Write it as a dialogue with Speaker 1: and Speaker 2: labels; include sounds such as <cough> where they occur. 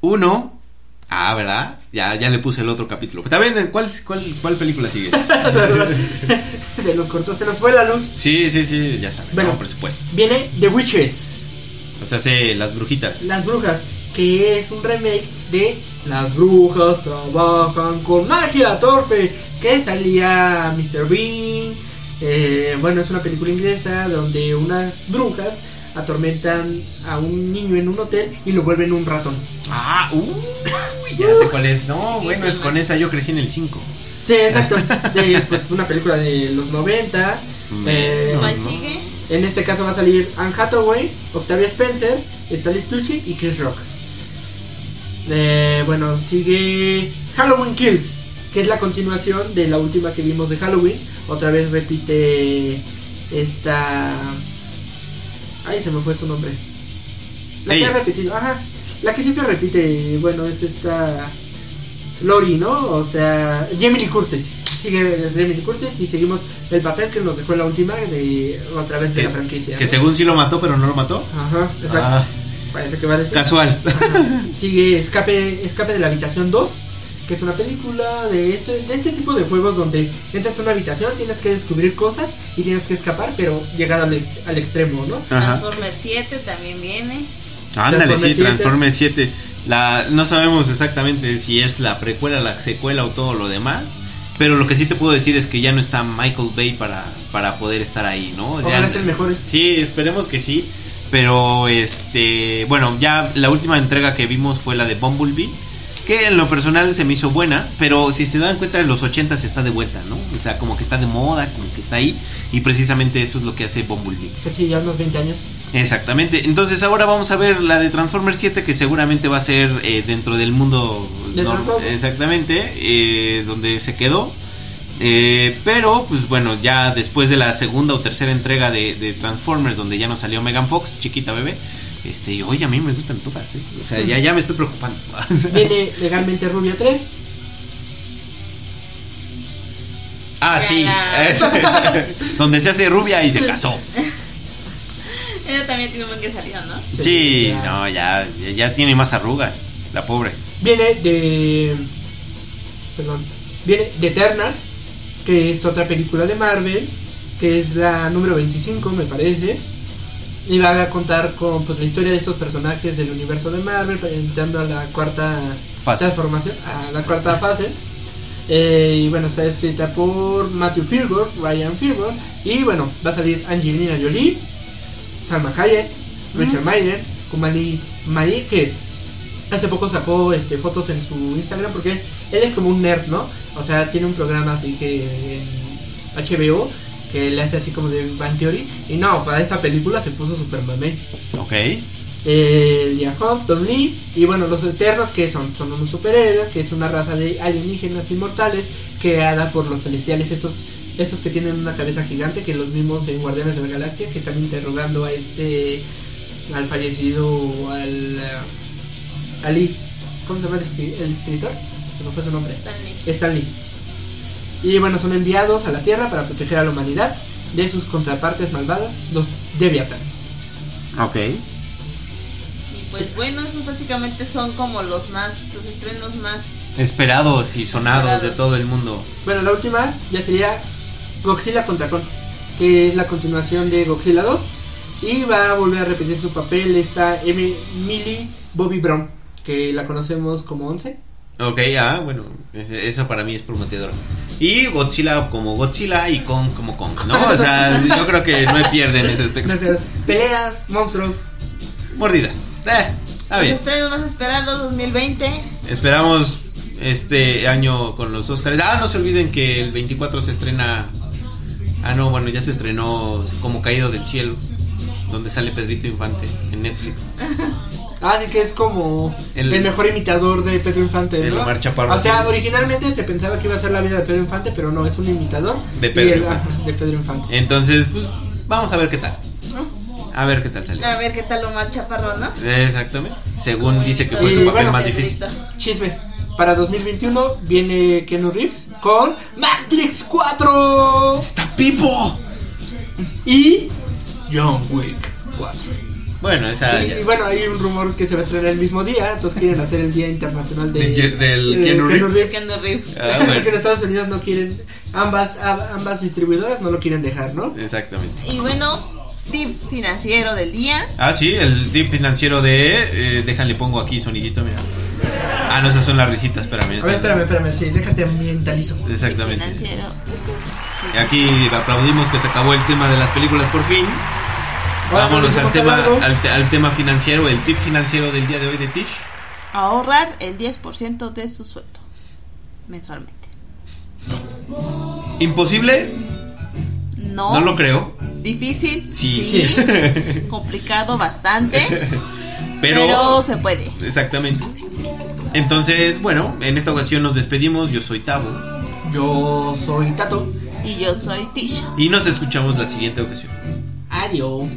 Speaker 1: Uno. Ah, ¿verdad? Ya, ya le puse el otro capítulo. Está bien, ¿cuál, cuál, cuál película sigue?
Speaker 2: <laughs>
Speaker 3: <laughs> se nos cortó, se nos fue la luz.
Speaker 1: Sí, sí, sí, ya saben.
Speaker 3: Bueno.
Speaker 1: no, presupuesto.
Speaker 3: Viene The Witches,
Speaker 1: O sea, sí, las brujitas.
Speaker 3: Las Brujas, que es un remake de Las Brujas Trabajan con Magia Torpe, que salía Mr. Bean. eh, bueno, es una película inglesa donde unas brujas atormentan a un niño en un hotel y lo vuelven un ratón.
Speaker 1: Ah,
Speaker 2: <laughs>
Speaker 1: uy, ya sé cuál es. No,
Speaker 2: Sí,
Speaker 1: bueno,
Speaker 2: sí,
Speaker 1: es con esa yo crecí en el 5.
Speaker 3: Sí, exacto. De, pues, una película de los 90. Eh,
Speaker 2: ¿Cuál
Speaker 1: Mm, No, no.
Speaker 2: sigue?
Speaker 3: En este caso va a salir Anne Hathaway, Octavia Spencer, Stanley Tucci y Chris Rock. Eh, bueno, sigue Halloween Kills, que es la continuación de la última que vimos de Halloween. Otra vez repite esta... Ay, se me fue su nombre. La que
Speaker 1: Ella.
Speaker 3: ha repetido, ajá. La que siempre repite, bueno, es esta... Lori, ¿no? O sea, Jamie Lee Curtis. Sigue Jamie Lee Curtis y seguimos el papel que nos dejó la última de otra vez de
Speaker 1: Que,
Speaker 3: la franquicia.
Speaker 1: que
Speaker 3: ¿no?
Speaker 1: según sí lo mató, pero no lo mató.
Speaker 3: Ajá, exacto.
Speaker 1: Ah,
Speaker 3: Parece que va a decir.
Speaker 1: casual.
Speaker 3: Ajá. Sigue Escape, Escape de la Habitación 2, que es una película de este, de este tipo de juegos donde entras a una habitación, tienes que descubrir cosas y tienes que escapar, pero llegar al, ex- al extremo, ¿no?
Speaker 1: Ajá.
Speaker 2: Transformers 7 también viene.
Speaker 1: Ándale, sí,
Speaker 3: Transformers
Speaker 1: Transformers 7. La, no sabemos exactamente si es la precuela, la secuela o todo lo demás. Pero lo que sí te puedo decir es que ya no está Michael Bay para, para poder estar ahí, Pues ¿no? O sea,
Speaker 3: Ojalá sea el mejor.
Speaker 1: Sí, esperemos que sí. Pero, este, bueno, ya la última entrega que vimos fue la de Bumblebee. Que en lo personal se me hizo buena, pero si se dan cuenta, en los 80 está de vuelta, ¿no? O sea, como que está de moda, como que está ahí. Y precisamente eso es lo que hace Bumblebee.
Speaker 3: Que sí, ya unos 20 años.
Speaker 1: Exactamente. Entonces ahora vamos a ver la de Transformers 7 que seguramente va a ser eh, dentro del mundo
Speaker 3: De
Speaker 1: norm-
Speaker 3: Transformers.
Speaker 1: exactamente eh, donde se quedó. Eh, pero pues bueno, ya después de la segunda o tercera entrega de, de Transformers donde ya nos salió Megan Fox, chiquita bebé, este, y, oye, a mí me gustan todas, ¿eh? O sea, ya, ya me estoy preocupando. <laughs> O sea,
Speaker 3: Viene Legalmente Rubia 3.
Speaker 1: ah, sí. <laughs> es- donde se hace rubia y se casó.
Speaker 2: Ella también tiene un buen que salió, ¿no?
Speaker 1: Sí,
Speaker 3: Ya.
Speaker 1: no, ya, ya- ya tiene más arrugas, la pobre.
Speaker 3: Viene de. Perdón. Viene de Eternals, que es otra película de Marvel, que es la número 25, me parece. Y va a contar con pues, la historia de estos personajes del universo de Marvel, entrando a la cuarta
Speaker 1: Fase.
Speaker 3: transformación, a la cuarta fase. Eh, y bueno, está escrita por Matthew Fillmore, Ryan Fillmore. Y bueno, va a salir Angelina Jolie, Salma Hayek, Richard
Speaker 2: Ujú.
Speaker 3: Mayer, Kumali Mari, que hace poco sacó este, fotos en su Instagram porque él es como un nerd, ¿no? O sea, tiene un programa así que en HBO que le hace así como de Van Theory. Y no, para esta película se puso super mame.
Speaker 1: Ok.
Speaker 3: El Yahoo, Tom Lee y bueno, los Eternos que son, son unos superhéroes, que es una raza de alienígenas inmortales creada por los celestiales, estos, estos que tienen una cabeza gigante, que los mismos en Guardianes de la Galaxia, que están interrogando a este, al fallecido, al... eh, Ali, ¿cómo se llama el, escri- el escritor? Se me fue su nombre.
Speaker 2: Stanley.
Speaker 3: Stanley. Y bueno, son enviados a la Tierra para proteger a la humanidad de sus contrapartes malvadas, los Deviatans.
Speaker 1: Ok.
Speaker 2: Y pues bueno, esos básicamente son como los más, los estrenos más.
Speaker 1: esperados y sonados de
Speaker 2: Esperados.
Speaker 1: todo el mundo.
Speaker 3: Bueno, la última ya sería Godzilla contra Kong, que es la continuación de Godzilla 2. Y va a volver a repetir su papel esta M. Millie Bobby Brown, que la conocemos como 11.
Speaker 1: Ok, ah, bueno, ese- eso para mí es prometedor. Y Godzilla como Godzilla y Kong como Kong, ¿no? O sea, yo creo que no me pierden ese texto.
Speaker 3: Peleas, monstruos.
Speaker 1: Mordidas. Eh, está bien.
Speaker 2: Los estrenos más esperados 2020.
Speaker 1: Esperamos este año con los Oscars. Ah, no se olviden que el 24 se estrena. Ah, no, bueno, ya se estrenó como Caído del Cielo, donde sale Pedrito Infante en Netflix.
Speaker 3: Así Ah, que es como el,
Speaker 1: El-
Speaker 3: mejor imitador de Pedro Infante.
Speaker 1: El
Speaker 3: ¿no?
Speaker 1: Omar Chaparro,
Speaker 3: o sea,
Speaker 1: sí.
Speaker 3: originalmente se pensaba que iba a ser la vida de Pedro Infante, pero no, es un imitador
Speaker 1: De
Speaker 3: y
Speaker 1: Pedro
Speaker 3: el-
Speaker 1: Infante.
Speaker 3: ajá, de Pedro Infante.
Speaker 1: Entonces, pues, vamos a ver qué tal. A ver qué tal sale.
Speaker 2: A ver qué tal Omar Chaparro, ¿no?
Speaker 1: Exactamente. Según dice que fue
Speaker 3: Y
Speaker 1: su papel
Speaker 3: bueno,
Speaker 1: más
Speaker 2: Pedrito.
Speaker 1: difícil.
Speaker 3: Chisme. Para 2021 viene Keanu Reeves con Matrix 4
Speaker 1: ¡Está Pipo!
Speaker 3: y John Wick 4.
Speaker 1: Bueno, esa
Speaker 3: y,
Speaker 1: Ah, ya.
Speaker 3: y bueno, hay un rumor que se va a estrenar el mismo día, entonces quieren hacer el Día Internacional de,
Speaker 4: De Je- del Keanu Reeves.
Speaker 2: De Keanu Reeves.
Speaker 1: Ah,
Speaker 3: <laughs> Porque en
Speaker 1: bueno.
Speaker 3: Estados Unidos no quieren, ambas, a- ambas distribuidoras no lo quieren dejar, ¿no?
Speaker 1: Exactamente.
Speaker 2: Y bueno, tip financiero del día.
Speaker 1: Ah, sí, el tip financiero de. eh, déjale, pongo aquí sonidito, mira. Ah, no, esas son las risitas, espérame.
Speaker 3: A ver, espérame, espérame, sí, déjate ambientalizo.
Speaker 1: Exactamente.
Speaker 2: Tip financiero.
Speaker 1: Y Aquí aplaudimos que se acabó el tema de las películas por fin.
Speaker 3: Ahora
Speaker 1: Vámonos al
Speaker 3: podemos
Speaker 1: tema,
Speaker 3: hablar algo.
Speaker 1: al, te- al tema financiero, el tip financiero del día de hoy de Tish.
Speaker 2: Ahorrar el 10% de su sueldo mensualmente.
Speaker 1: ¿Imposible?
Speaker 2: No.
Speaker 1: No lo creo.
Speaker 2: Difícil.
Speaker 1: Sí.
Speaker 2: Complicado bastante.
Speaker 1: <laughs> Pero,
Speaker 2: pero se puede.
Speaker 1: Exactamente. Entonces, bueno, en esta ocasión nos despedimos. Yo soy Tavo.
Speaker 3: Yo soy Tato.
Speaker 2: Y yo soy Tisha.
Speaker 1: Y nos escuchamos la siguiente ocasión.
Speaker 3: Adiós.